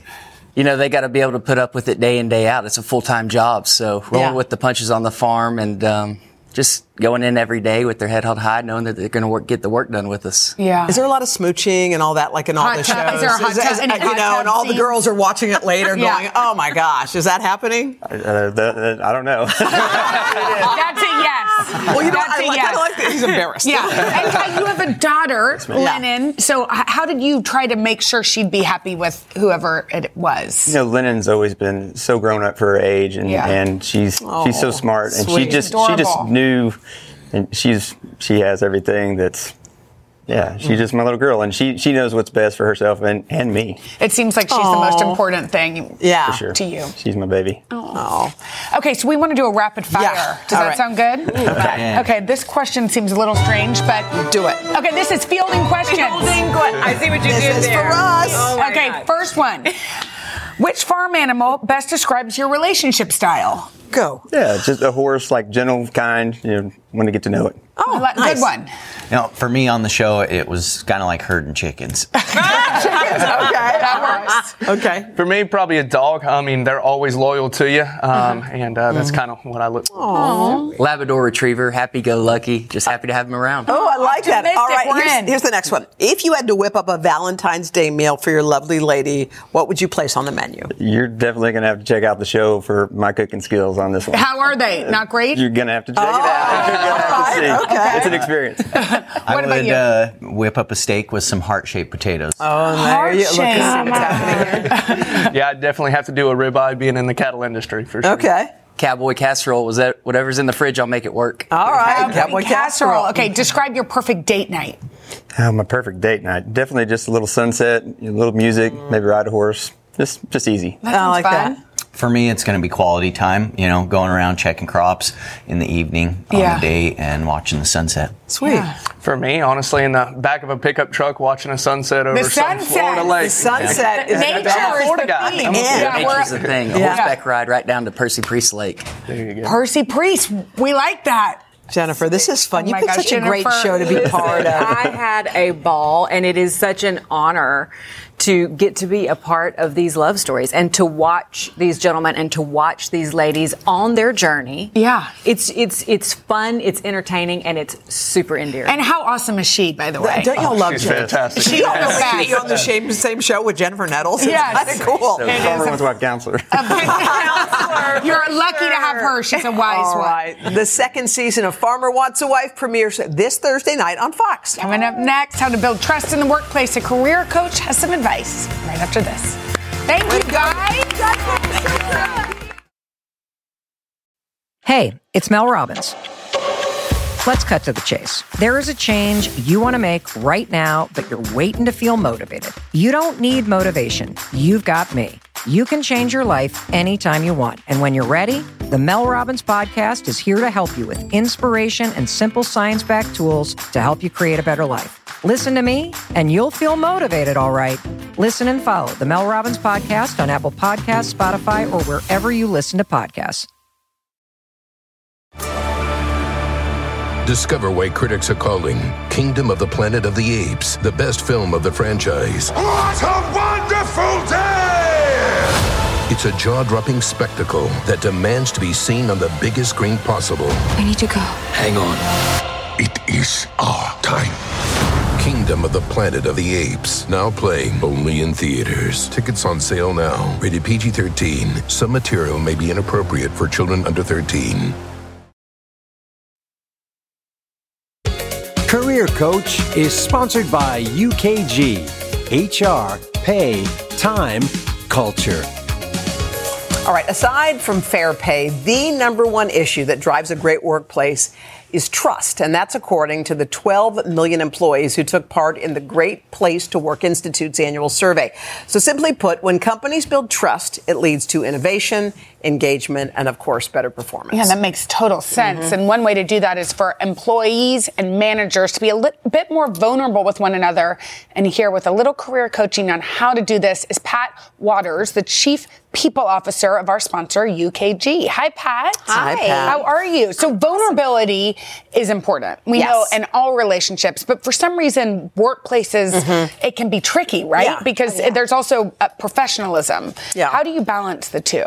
Speaker 10: You know, they got to be able to put up with it day in day out. It's a full time job, so rolling
Speaker 1: Yeah.
Speaker 10: with the punches on the farm and um, just going in every day with their head held high, knowing that they're going to work get the work done with us.
Speaker 3: Yeah.
Speaker 1: Is there a lot of smooching and all that, like in all
Speaker 10: Hot
Speaker 1: the
Speaker 10: tub-
Speaker 1: shows?
Speaker 10: is there a hot
Speaker 1: Is- is-
Speaker 10: tub- any
Speaker 1: you
Speaker 10: hot
Speaker 1: know,
Speaker 10: tub
Speaker 1: and all the
Speaker 10: scenes?
Speaker 1: girls are watching it later,
Speaker 10: Yeah.
Speaker 1: going, "Oh my gosh, is that happening?"
Speaker 8: Uh, the, the- I don't know.
Speaker 3: That's a yes.
Speaker 1: Well, you know,
Speaker 3: That's
Speaker 1: I
Speaker 3: a
Speaker 1: like-
Speaker 3: yes.
Speaker 1: kinda like that he's embarrassed.
Speaker 3: Yeah. And Kai, you have a daughter,
Speaker 8: ma'am. Yeah.
Speaker 3: Lennon. So h- how did you try to make sure she'd be happy with whoever it was?
Speaker 8: You know, Lennon's always been so grown up for her age, and,
Speaker 3: Yeah.
Speaker 8: and she's she's
Speaker 3: Oh,
Speaker 8: so smart, and
Speaker 3: sweet.
Speaker 8: she just she just
Speaker 3: Adorable.
Speaker 8: knew, and she's she has everything that's, yeah,
Speaker 3: Mm.
Speaker 8: she's just my little girl, and she she knows what's best for herself and and me.
Speaker 3: It seems like she's the most
Speaker 8: Aw.
Speaker 3: important thing
Speaker 8: for sure.
Speaker 3: to you.
Speaker 8: She's my baby.
Speaker 3: Oh. Okay, so we want to do a rapid fire. Does
Speaker 8: All
Speaker 3: that
Speaker 8: right.
Speaker 3: sound good?
Speaker 8: Okay.
Speaker 3: Okay, this question seems a little strange, but
Speaker 1: do it.
Speaker 3: Okay, this is fielding questions.
Speaker 9: Fielding que- I see what you This did is for there. us. Oh my
Speaker 3: okay,
Speaker 9: God.
Speaker 3: first one. Which farm animal best describes your relationship style?
Speaker 1: Go.
Speaker 8: Yeah, just a horse, like gentle, kind. You know, want to get to know it.
Speaker 3: Oh, good one.
Speaker 11: Now, for me on the show, it was kind of like herding chickens.
Speaker 3: that works.
Speaker 1: Okay.
Speaker 13: For me, probably a dog. I mean, they're always loyal to you, um,
Speaker 1: Uh-huh.
Speaker 13: and uh,
Speaker 1: Mm-hmm.
Speaker 13: that's kind of what I look.
Speaker 1: Aw.
Speaker 10: Labrador Retriever, happy go lucky, just happy to have him around.
Speaker 1: Oh, I like that. All
Speaker 10: Optimistic,
Speaker 1: right,
Speaker 10: we're
Speaker 1: here's,
Speaker 10: in.
Speaker 1: here's the next one. If you had to whip up a Valentine's Day meal for your lovely lady, what would you place on the menu?
Speaker 8: You're definitely gonna have to check out the show for my cooking skills on this one.
Speaker 3: How are they? Not great? Uh, Oh,
Speaker 8: You're gonna have to check it out. You're gonna have to see. It's an experience.
Speaker 11: I would Uh, whip up a steak with some heart shaped potatoes.
Speaker 1: Oh,
Speaker 13: there you-
Speaker 1: Heart-shaped.
Speaker 13: look, see what's yeah, I definitely have to do a ribeye being in the cattle industry for sure.
Speaker 1: Okay.
Speaker 10: Cowboy casserole was that whatever's in the fridge, I'll make it work.
Speaker 1: All
Speaker 3: Cowboy casserole. Okay, describe your perfect date night.
Speaker 8: Oh, my perfect date night. Definitely just a little sunset, a little music, maybe ride a horse. Just just easy.
Speaker 3: That sounds fun.
Speaker 11: For me, it's going to be quality time, you know, going around checking crops in the evening on
Speaker 13: Yeah.
Speaker 11: the day and watching the sunset.
Speaker 3: Sweet.
Speaker 13: For me, honestly, in the back of a pickup truck watching a sunset over some Florida lake.
Speaker 10: is
Speaker 13: I'm a Florida guy. I'm a Florida guy.
Speaker 10: Nature's the thing. A
Speaker 13: Yeah.
Speaker 10: horseback ride right down to Percy Priest Lake.
Speaker 13: There you
Speaker 3: Percy Priest, we like that.
Speaker 1: Jennifer, this is fun.
Speaker 3: Oh
Speaker 1: you
Speaker 3: my
Speaker 1: picked
Speaker 3: gosh,
Speaker 1: such a great
Speaker 3: Jennifer.
Speaker 1: show to be part of.
Speaker 7: I had a ball, and it is such an honor to get to be a part of these love stories and to watch these gentlemen and to watch these ladies on their journey.
Speaker 3: Yeah.
Speaker 7: It's it's it's fun, it's entertaining, and it's super endearing.
Speaker 3: And how awesome is she, by the way?
Speaker 1: Don't y'all love Jennifer? Is She on
Speaker 3: Yes.
Speaker 1: the, she on the same, same show with Jennifer Nettles. It's
Speaker 3: Yes.
Speaker 1: kinda cool.
Speaker 8: So Barbara was my counselor.
Speaker 3: You're lucky to have her. She's a wise
Speaker 1: All
Speaker 3: one.
Speaker 1: right. The second season of Farmer Wants a Wife premieres this Thursday night on Fox.
Speaker 3: Coming up next, how to build trust in the workplace. A career coach has some advice right after this. Thank you, guys.
Speaker 4: Hey, it's Mel Robbins. Let's cut to the chase. There is a change you want to make right now, but you're waiting to feel motivated. You don't need motivation. You've got me. You can change your life anytime you want. And when you're ready, the Mel Robbins podcast is here to help you with inspiration and simple science backed tools to help you create a better life. Listen to me, and you'll feel motivated, all right. Listen and follow the Mel Robbins podcast on Apple Podcasts, Spotify, or wherever you listen to podcasts.
Speaker 15: Discover why critics are calling Kingdom of the Planet of the Apes the best film of the franchise.
Speaker 16: What a wonderful day!
Speaker 15: It's a jaw dropping spectacle that demands to be seen on the biggest screen possible.
Speaker 16: We need to go.
Speaker 15: Hang on. It is our time. Kingdom of the Planet of the Apes, now playing only in theaters. Tickets on sale now. Rated PG 13. Some material may be inappropriate for children under 13.
Speaker 12: Career Coach is sponsored by UKG HR, pay, time, culture.
Speaker 1: All right, aside from fair pay, the number one issue that drives a great workplace is trust, and that's according to the 12 million employees who took part in the Great Place to Work Institute's annual survey. So simply put, when companies build trust, it leads to innovation, engagement, and of course, better performance.
Speaker 3: Yeah, that makes total sense.
Speaker 1: Mhm.
Speaker 3: And one way to do that is for employees and managers to be a lit- bit more vulnerable with one another. And here with a little career coaching on how to do this is Pat Waters, the Chief People Officer of our sponsor, UKG. Hi, Pat.
Speaker 1: Hi, Pat.
Speaker 3: How are you? So vulnerability is important. We
Speaker 1: Yes.
Speaker 3: know in all relationships, but for some reason, workplaces,
Speaker 14: Mm-hmm.
Speaker 3: it can be tricky, right? Because
Speaker 14: Oh,
Speaker 3: there's also uh, professionalism. Yeah. How do you balance the two?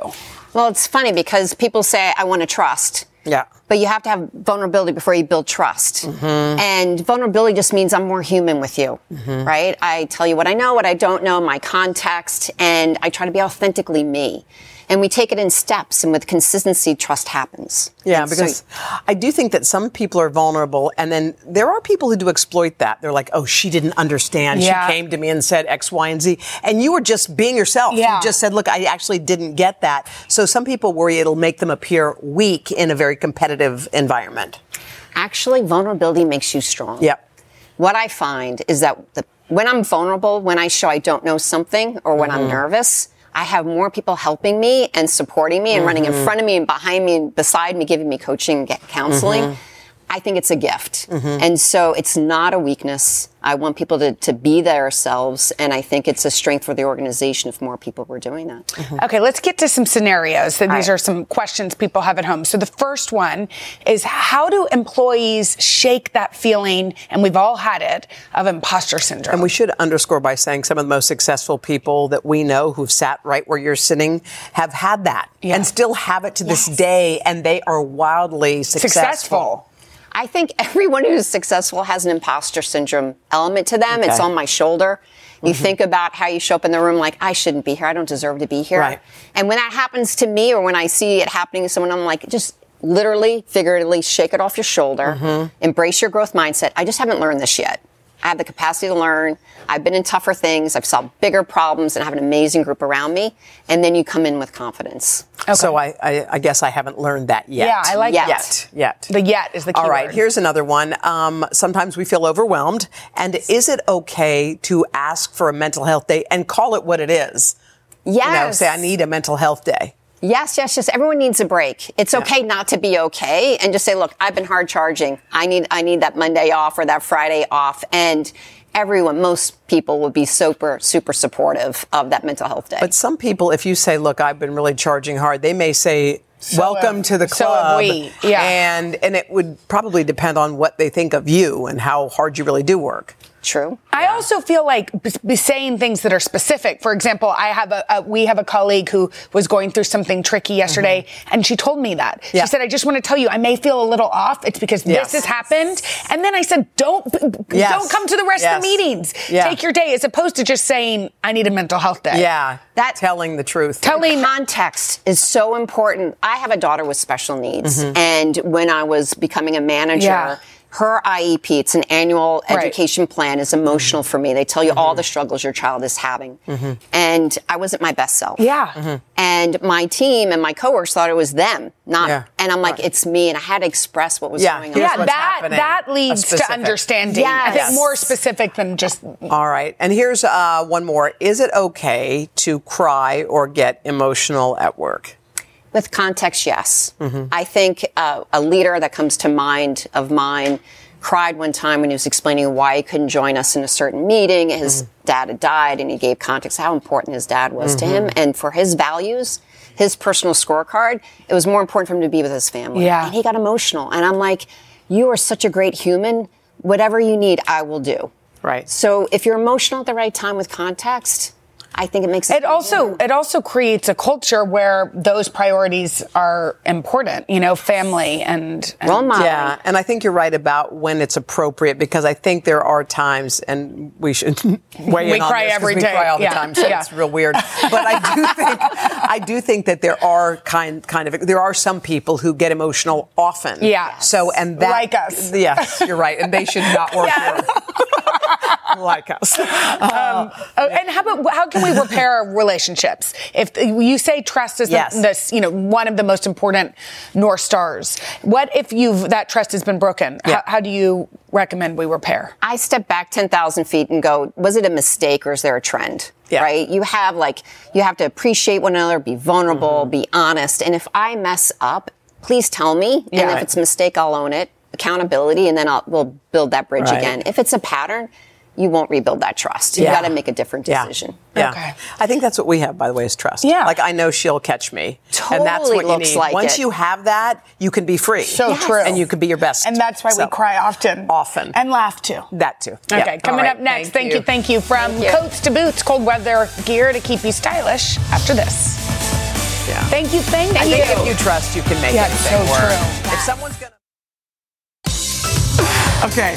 Speaker 14: Well, it's funny because people say, I want to trust.
Speaker 1: Yeah. Mm-hmm.
Speaker 14: But you have to have vulnerability before you build trust. And vulnerability just means I'm more human with you,
Speaker 10: Mm-hmm.
Speaker 1: Mm-hmm.
Speaker 17: Mhm.
Speaker 14: right? I tell you what I know, what I don't know, my context, and I try to be authentically me. And we take it in steps, and with consistency, trust happens.
Speaker 1: Yeah,
Speaker 14: And so-
Speaker 1: because I do think that some people are vulnerable, and then there are people who do exploit that. They're like, "Oh, she didn't understand.
Speaker 3: Yeah.
Speaker 1: She came to me and said X, Y, and Z," and you were just being yourself.
Speaker 3: Yeah.
Speaker 1: You just said, "Look, I actually didn't get that." So some people worry it'll make them appear weak in a very competitive environment.
Speaker 14: actually vulnerability makes you strong. Yep. What I find is that the, when I'm vulnerable, when I show I don't know something or when I'm
Speaker 17: Mhm.
Speaker 14: nervous, I have more people helping me and supporting me and running in
Speaker 17: Mhm.
Speaker 14: front of me and behind me and beside me giving me coaching and get- counseling.
Speaker 17: Mhm.
Speaker 14: I think it's a gift.
Speaker 17: Mhm.
Speaker 14: And so it's not a weakness. I want people to, to be themselves. And I think it's a strength for the organization if more people were doing that.
Speaker 3: Okay, let's get to some scenarios. So these
Speaker 14: right.
Speaker 3: are some questions people have at home. So the first one is how do employees shake that feeling, and we've all had it, of imposter syndrome?
Speaker 1: And we should underscore by saying some of the most successful people that we know who've sat right where you're sitting have had that and still have it to this day, and they are wildly successful.
Speaker 14: I think everyone who's successful has an imposter syndrome element to them. It's
Speaker 1: Okay.
Speaker 14: on my shoulder. You
Speaker 1: Mhm.
Speaker 14: think about how you show up in the room like, I shouldn't be here. I don't deserve to be here.
Speaker 1: Right.
Speaker 14: And when that happens to me or when I see it happening to someone, I'm like, just literally, figuratively shake it off your shoulder.
Speaker 1: Mm-hmm.
Speaker 14: Embrace your growth mindset. I just haven't learned this yet. I have the capacity to learn. I've been in tougher things. I've solved bigger problems and I have an amazing group around me. And then you come in with confidence.
Speaker 1: So I, I, I guess I haven't learned that yet.
Speaker 14: Yeah, I like
Speaker 1: yet.
Speaker 14: that.
Speaker 1: Yet.
Speaker 3: The yet is the key
Speaker 1: All right,
Speaker 3: word.
Speaker 1: here's another one. Um, sometimes we feel overwhelmed. And is it okay to ask for a mental health day and call it what it is? You know,
Speaker 14: Yes.
Speaker 1: say, I need a mental health day.
Speaker 14: Yes, yes, yes. Everyone needs a break. It's okay not to be okay and just say, look, I've been hard charging. I need, I need that Monday off or that Friday off. And everyone, most people would be super, super supportive of that mental health day.
Speaker 1: But some people, if you say, look, I've been really charging hard, they may say, welcome
Speaker 14: have-
Speaker 1: to the
Speaker 14: so have
Speaker 1: club.
Speaker 14: we.
Speaker 1: Yeah. And, and it would probably depend on what they think of you and how hard you really do work.
Speaker 14: True.
Speaker 3: I also feel like b- b- saying things that are specific. For example, I have a, a we have a colleague who was going through something tricky yesterday, and she told me that
Speaker 1: Mm-hmm. Yeah.
Speaker 3: she said, "I just want to tell you, I may feel a little off. It's because
Speaker 1: Yes.
Speaker 3: this has happened." And then I said, "Don't b- b-
Speaker 1: Yes.
Speaker 3: don't come to the rest of the
Speaker 1: Yes.
Speaker 3: meetings.
Speaker 1: Yeah.
Speaker 3: Take your day," as opposed to just saying, "I need a mental health day."
Speaker 1: Yeah. That telling the truth.
Speaker 14: Telling context is so important. I have a daughter with special needs,
Speaker 1: Mhm.
Speaker 14: and when I was becoming a manager,
Speaker 1: Yeah.
Speaker 14: her IEP, it's an annual education plan, is emotional for me. They tell you all the struggles your child is having.
Speaker 3: Mm-hmm.
Speaker 14: And I wasn't my best self.
Speaker 1: Yeah.
Speaker 14: And my team and my coworkers thought it was them, not.
Speaker 1: Yeah.
Speaker 14: And I'm like, it's me. And I had to express what was
Speaker 1: Yeah.
Speaker 14: going on.
Speaker 1: Here's
Speaker 3: yeah,
Speaker 1: what's
Speaker 3: that
Speaker 1: happening.
Speaker 3: that
Speaker 1: A
Speaker 3: leads to
Speaker 1: specific.
Speaker 3: understanding. I
Speaker 1: Yes.
Speaker 3: think more specific than just
Speaker 1: All right. And here's uh, one more. Is it okay to cry or get emotional at work?
Speaker 14: With context, yes. I think uh, a leader that comes to mind of mine cried one time when he was explaining why he couldn't join us in a certain meeting. His dad had died, and he gave context how important his dad was to him and for his values, his personal scorecard. It was more important for him to be with his family.
Speaker 3: Yeah.
Speaker 14: And he got emotional. And I'm like, you are such a great human. Whatever you need, I will do.
Speaker 1: Right.
Speaker 14: So if you're emotional at the right time with context, I think it makes
Speaker 3: It also it also creates a culture where those priorities are important. You know, family and, and
Speaker 1: Yeah, and I think you're right about when it's appropriate because I think there are times, and we should weigh
Speaker 3: We
Speaker 1: in on
Speaker 3: cry
Speaker 1: this 'cause
Speaker 3: every
Speaker 1: we
Speaker 3: day.
Speaker 1: cry all the
Speaker 3: Yeah.
Speaker 1: time, so
Speaker 3: Yeah.
Speaker 1: it's real weird. But I do think I do think that there are kind kind of there are some people who get emotional often.
Speaker 3: Yeah.
Speaker 1: So and that
Speaker 3: Like us.
Speaker 1: Yes, you're right, and they should not work here. like us. Uh-huh.
Speaker 3: Um, oh, and how about how can we repair our relationships? If you say trust is
Speaker 1: Yes.
Speaker 3: the, this, you know, one of the most important north stars. What if you've that trust has been broken? How, how do you recommend we repair?
Speaker 14: I step back 10,000 feet and go, was it a mistake or is there a trend? Right? You have like, you have to appreciate one another, be vulnerable,
Speaker 3: Mm-hmm.
Speaker 14: be honest. And if I mess up, please tell me. And
Speaker 3: Yeah.
Speaker 14: if it's a mistake, I'll own it. Accountability. And then I'll, we'll build that bridge
Speaker 1: Right.
Speaker 14: again. If it's a pattern, you won't rebuild that trust. You
Speaker 1: Yeah.
Speaker 14: got to make a different
Speaker 1: Yeah.
Speaker 14: decision.
Speaker 1: Yeah. I think that's what we have, by the way, is trust. Yeah. Like I know she'll catch me. and that's
Speaker 14: Totally
Speaker 1: what you
Speaker 14: looks
Speaker 1: need.
Speaker 14: like
Speaker 1: Once
Speaker 14: it.
Speaker 1: you have that, you can be free.
Speaker 3: So Yes. true.
Speaker 1: And you can be your best.
Speaker 3: And that's why
Speaker 1: So,
Speaker 3: we cry often.
Speaker 1: Often.
Speaker 3: And laugh too.
Speaker 1: That too.
Speaker 3: Okay,
Speaker 1: Yeah.
Speaker 3: coming
Speaker 1: All right.
Speaker 3: up next, thank, you. thank you. From coats to boots, cold weather gear to keep you stylish after this.
Speaker 1: Yeah.
Speaker 3: Thank you, thank
Speaker 1: I
Speaker 3: you.
Speaker 1: think if you trust, you can make
Speaker 3: Yeah, it's
Speaker 1: anything
Speaker 3: so
Speaker 1: work.
Speaker 3: true.
Speaker 1: If someone's gonna. Okay.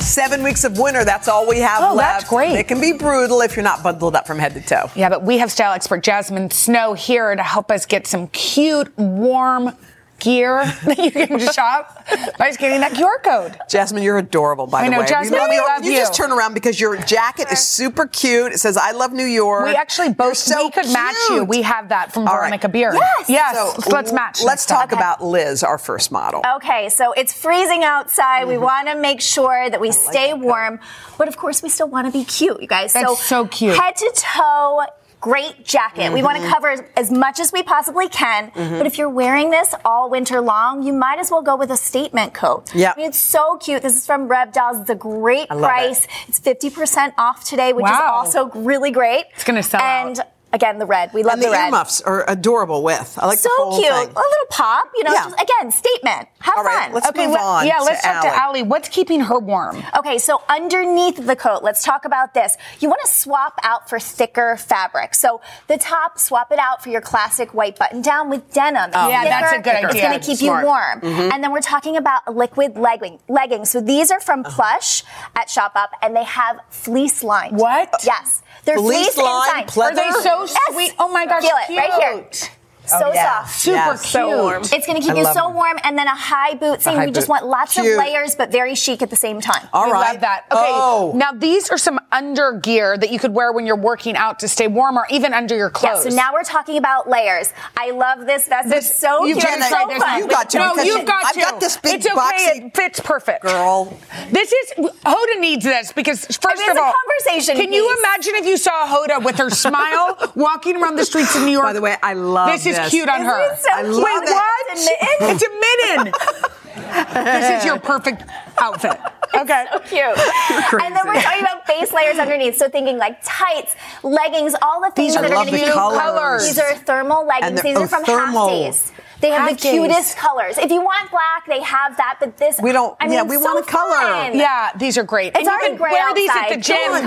Speaker 1: Seven weeks of winter. That's all we have
Speaker 3: Oh,
Speaker 1: left.
Speaker 3: that's great.
Speaker 1: It can be brutal if you're not bundled up from head to toe.
Speaker 3: Yeah, but we have style expert Jasmine Snow here to help us get some cute, warm gear that you can shop by scanning that QR code.
Speaker 1: Jasmine, you're adorable, by
Speaker 3: I
Speaker 1: the
Speaker 3: know,
Speaker 1: way.
Speaker 3: Jasmine,
Speaker 1: you,
Speaker 3: we
Speaker 1: you-
Speaker 3: love
Speaker 1: you
Speaker 3: you.
Speaker 1: just turn around because your jacket is super cute. It says, I love New York.
Speaker 3: We actually both we could match you.
Speaker 1: cute. Oh,
Speaker 3: We have that from
Speaker 1: All right.
Speaker 3: Veronica Beard.
Speaker 1: Yes.
Speaker 3: yes.
Speaker 1: So,
Speaker 3: let's match.
Speaker 1: Let's
Speaker 3: next time.
Speaker 1: talk about Liz, our first model.
Speaker 17: Okay, so it's freezing outside. We want to make sure that we stay warm, but of course, we still want to be cute, you guys.
Speaker 3: That's so cute.
Speaker 17: Head to toe. Great jacket. We want to cover as- as much as we possibly can.
Speaker 1: Mhm.
Speaker 17: But if you're wearing this all winter long, you might as well go with a statement coat.
Speaker 1: Yep.
Speaker 17: I mean, it's so cute. This is from Reb Dolls. It's a great
Speaker 1: I love it.
Speaker 17: price. It's 50% off today, which
Speaker 1: Wow.
Speaker 17: is also really great. It's going to sell And again, the red. We love
Speaker 1: and the,
Speaker 17: red
Speaker 1: earmuffs are adorable with. I like
Speaker 17: so
Speaker 1: the whole
Speaker 17: cute.
Speaker 1: thing.
Speaker 17: A little pop, you know.
Speaker 1: Yeah.
Speaker 17: just- again, statement. Have
Speaker 1: All right,
Speaker 17: fun.
Speaker 1: let's Okay, move let- on yeah, to let's talk to Ally.
Speaker 3: Allie. What's keeping her warm?
Speaker 17: Okay, so underneath the coat, let's talk about this. You want to swap out for thicker fabric. So the top, swap it out for your classic white button down with denim. It's
Speaker 3: Oh, yeah, that's a good
Speaker 17: It's
Speaker 3: idea.
Speaker 17: going to keep
Speaker 3: Smart.
Speaker 17: you warm.
Speaker 1: Mm-hmm.
Speaker 3: Mhm.
Speaker 17: And then we're talking about liquid legging, leggings. So these are from
Speaker 1: Uh-huh.
Speaker 17: Plush at Shop Up, and they have fleece lined. What? Yes, they're fleece,
Speaker 1: Fleece lined
Speaker 17: lined.
Speaker 1: pleather? Are they so
Speaker 17: Yes. sweet? Oh my
Speaker 3: gosh,
Speaker 17: feel it right here.
Speaker 3: cute.
Speaker 17: So
Speaker 3: Oh, yeah.
Speaker 17: soft,
Speaker 3: Super Yeah, so cute. warm.
Speaker 17: It's going to
Speaker 3: I
Speaker 17: keep you
Speaker 3: love
Speaker 17: so
Speaker 3: it.
Speaker 17: warm, and then a high boot. Same,
Speaker 3: high
Speaker 17: we just
Speaker 3: boot.
Speaker 17: want lots
Speaker 3: Cute.
Speaker 17: of layers, but very chic at the same time.
Speaker 3: we love that. Okay, now these are some under gear that you could wear when you're working out to stay warm, or even under your clothes.
Speaker 17: Yeah, so now we're talking about layers. I love this. That's
Speaker 3: This-
Speaker 17: so
Speaker 3: you've
Speaker 17: cute.
Speaker 3: got to
Speaker 17: It's
Speaker 3: try
Speaker 17: so
Speaker 3: this.
Speaker 17: fun.
Speaker 3: You got to, No, because you've got I've to. got this big It's okay, boxy- it fits perfect.
Speaker 1: Girl.
Speaker 3: This is Hoda needs this because first
Speaker 17: it's
Speaker 3: of
Speaker 17: a
Speaker 3: all,
Speaker 17: conversation
Speaker 3: Can you
Speaker 17: piece.
Speaker 3: imagine if you saw Hoda with her smile walking around the streets of New York?
Speaker 1: By the way, I love
Speaker 3: this. is
Speaker 1: this.
Speaker 3: cute on
Speaker 1: Isn't
Speaker 3: her.
Speaker 1: it so I love
Speaker 3: Wait,
Speaker 1: it.
Speaker 3: what?
Speaker 1: It's a mitten?
Speaker 3: It's a mitten. this is your perfect outfit. Okay.
Speaker 17: so cute. and then we're talking about base layers underneath. So thinking like tights, leggings, all the things
Speaker 1: These are
Speaker 17: that are going to
Speaker 1: lovely
Speaker 17: be
Speaker 1: colors.
Speaker 17: These are thermal
Speaker 1: And
Speaker 17: leggings.
Speaker 1: they're-
Speaker 17: These
Speaker 1: oh,
Speaker 17: are from
Speaker 1: thermal.
Speaker 17: half days. They have
Speaker 3: Half
Speaker 17: the
Speaker 3: days.
Speaker 17: cutest colors. If you want black, they have that. But this,
Speaker 1: We don't-
Speaker 17: I mean,
Speaker 1: yeah, we
Speaker 17: so
Speaker 1: want a color.
Speaker 17: fun.
Speaker 3: Yeah, these are great.
Speaker 17: It's
Speaker 3: and you
Speaker 17: already
Speaker 3: can
Speaker 17: gray
Speaker 3: wear
Speaker 17: outside.
Speaker 3: these at the gym.
Speaker 17: Go on,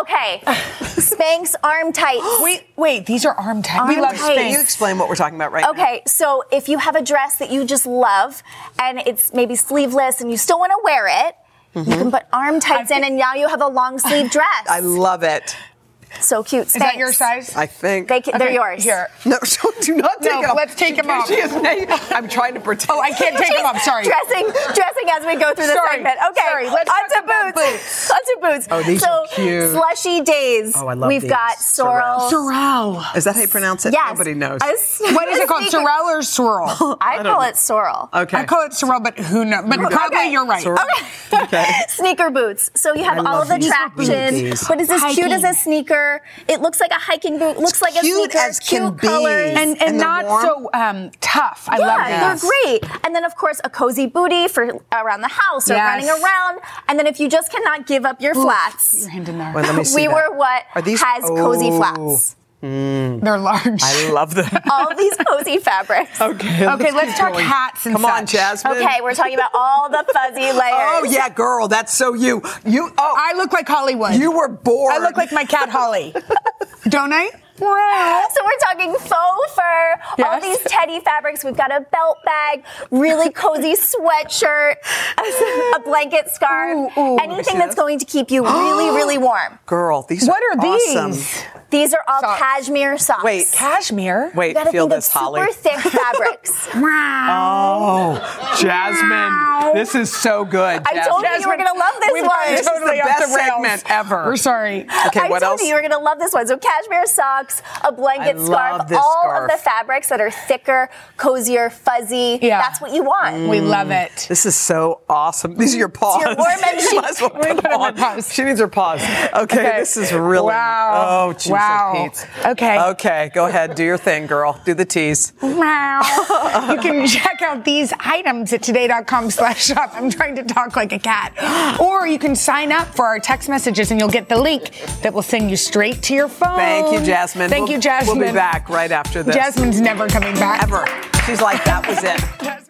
Speaker 17: Okay. Spanx arm tights.
Speaker 3: Wait, wait, these are arm tights.
Speaker 17: Arm tights.
Speaker 1: You explain what we're talking about right now.
Speaker 17: okay, so if you have a dress that you just love and it's maybe sleeveless and you still want to
Speaker 1: Mm-hmm.
Speaker 17: wear it, you can put arm tights in and now you have a long sleeve dress.
Speaker 1: I love it.
Speaker 17: So cute.
Speaker 3: Is that your
Speaker 17: size?
Speaker 1: I think.
Speaker 17: They can, They're yours.
Speaker 3: Here.
Speaker 1: No, don't, do not take
Speaker 3: No,
Speaker 1: it off.
Speaker 3: let's take 'em off.
Speaker 1: She is naked. I'm trying to pretend. Oh,
Speaker 3: I can't take 'em off. Sorry.
Speaker 17: dressing, dressing as we go through the
Speaker 3: Sorry.
Speaker 17: segment. Okay,
Speaker 3: Sorry. Let's
Speaker 17: on to
Speaker 3: talk about
Speaker 17: boots. on to boots.
Speaker 1: Oh, these
Speaker 17: so,
Speaker 1: are cute.
Speaker 17: Slushy days.
Speaker 1: Oh, I love
Speaker 17: We've
Speaker 1: these.
Speaker 17: got sorrel.
Speaker 3: Sorrel.
Speaker 1: Is that how you pronounce it?
Speaker 17: Yes.
Speaker 1: Nobody knows.
Speaker 3: What is it called? Sorrel or swirl?
Speaker 17: I, call it sorrel.
Speaker 1: Okay.
Speaker 3: I call it sorrel, but who knows? But
Speaker 17: Okay.
Speaker 3: probably you're right.
Speaker 1: Sorrel.
Speaker 17: sneaker boots. So you have
Speaker 3: I
Speaker 17: all of
Speaker 3: love
Speaker 17: the
Speaker 3: these. These are
Speaker 17: traction,
Speaker 3: booties.
Speaker 17: but it's as cute as
Speaker 3: Hiking.
Speaker 17: a sneaker. It looks like a hiking boot. Looks like a
Speaker 3: Cute
Speaker 17: sneaker.
Speaker 3: as can
Speaker 17: cute
Speaker 3: be.
Speaker 17: colors
Speaker 3: And- and And they're not warm. so, um, tough. I
Speaker 17: yeah,
Speaker 3: love these.
Speaker 17: They're great. And then of course a cozy booty for around the house or
Speaker 3: Yes.
Speaker 17: running around. And then if you just cannot give up your
Speaker 3: Ooh,
Speaker 17: flats,
Speaker 3: your hand in there.
Speaker 1: Wait, let me see
Speaker 17: we
Speaker 1: that.
Speaker 17: were what
Speaker 1: Are these
Speaker 17: has cozy
Speaker 1: oh.
Speaker 17: flats.
Speaker 1: Mm.
Speaker 3: They're large.
Speaker 1: I love them.
Speaker 17: all these cozy fabrics.
Speaker 1: Okay, let's Okay, let's keep talk going. hats and Come on, such. Jasmine.
Speaker 17: Okay, we're talking about all the fuzzy layers.
Speaker 1: Oh yeah, girl, that's so you. You. Oh,
Speaker 3: I look like Hollywood.
Speaker 1: You were born.
Speaker 3: I look like my cat Holly. Don't I?
Speaker 17: Wow. So we're talking faux fur, all
Speaker 3: Yes.
Speaker 17: these teddy fabrics. We've got a belt bag, really cozy sweatshirt, a, a blanket scarf, anything that's going to keep you really, really warm.
Speaker 1: Girl, these
Speaker 17: What
Speaker 1: are,
Speaker 17: are
Speaker 1: awesome.
Speaker 17: these? These are all cashmere socks.
Speaker 1: Wait.
Speaker 3: Cashmere?
Speaker 1: Wait,
Speaker 17: You gotta
Speaker 1: feel
Speaker 17: think of
Speaker 1: this, Holly.
Speaker 17: Super thick fabrics.
Speaker 1: Oh, Jasmine, this is so good.
Speaker 17: I told you you were
Speaker 3: Jasmine,
Speaker 17: gonna love this
Speaker 3: we've
Speaker 17: one.
Speaker 3: gone
Speaker 1: This is the best segment ever.
Speaker 3: We're sorry.
Speaker 1: Okay,
Speaker 17: I
Speaker 1: what
Speaker 17: told
Speaker 1: else?
Speaker 17: you you were going to love this one. So cashmere socks, a blanket
Speaker 1: I
Speaker 17: scarf,
Speaker 1: love this
Speaker 17: all
Speaker 1: scarf.
Speaker 17: of the fabrics that are thicker, cozier, fuzzy.
Speaker 3: Yeah.
Speaker 17: That's what you want.
Speaker 3: it.
Speaker 1: Mm. This is so awesome. These are your paws.
Speaker 17: your warm and
Speaker 1: She might as well put them on. She needs her paws. Okay, this is really.
Speaker 3: Wow.
Speaker 1: Oh, Jesus,
Speaker 3: Wow.
Speaker 1: Pete.
Speaker 3: Okay.
Speaker 1: Okay, go ahead. Do your thing, girl. Do the tease.
Speaker 3: Wow. you can check out these items at today.com slash shop. I'm trying to talk like a cat. Or you can sign up for our text messages and you'll get the link that will send you straight to your phone.
Speaker 1: Thank you, Jasmine.
Speaker 3: Oh. Thank
Speaker 1: We'll-
Speaker 3: you, Jasmine.
Speaker 1: We'll be back right after this.
Speaker 3: Jasmine's never coming back.
Speaker 1: Ever. She's like, that was it.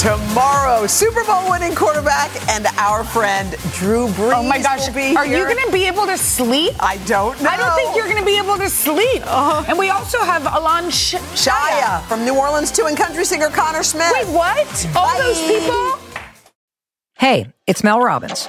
Speaker 1: Tomorrow, Super Bowl winning quarterback and our friend Drew Brees.
Speaker 3: Oh my gosh.
Speaker 1: will be
Speaker 3: Are you
Speaker 1: here.
Speaker 3: going to be able to sleep?
Speaker 1: I don't know. Uh-huh.
Speaker 3: I don't think you're going to be able to sleep. And we also have Alon Sh-
Speaker 1: Shia from New Orleans too, and country singer Connor Smith.
Speaker 3: Wait, what? All those
Speaker 1: Bye.
Speaker 3: people?
Speaker 4: Hey, it's Mel Robbins.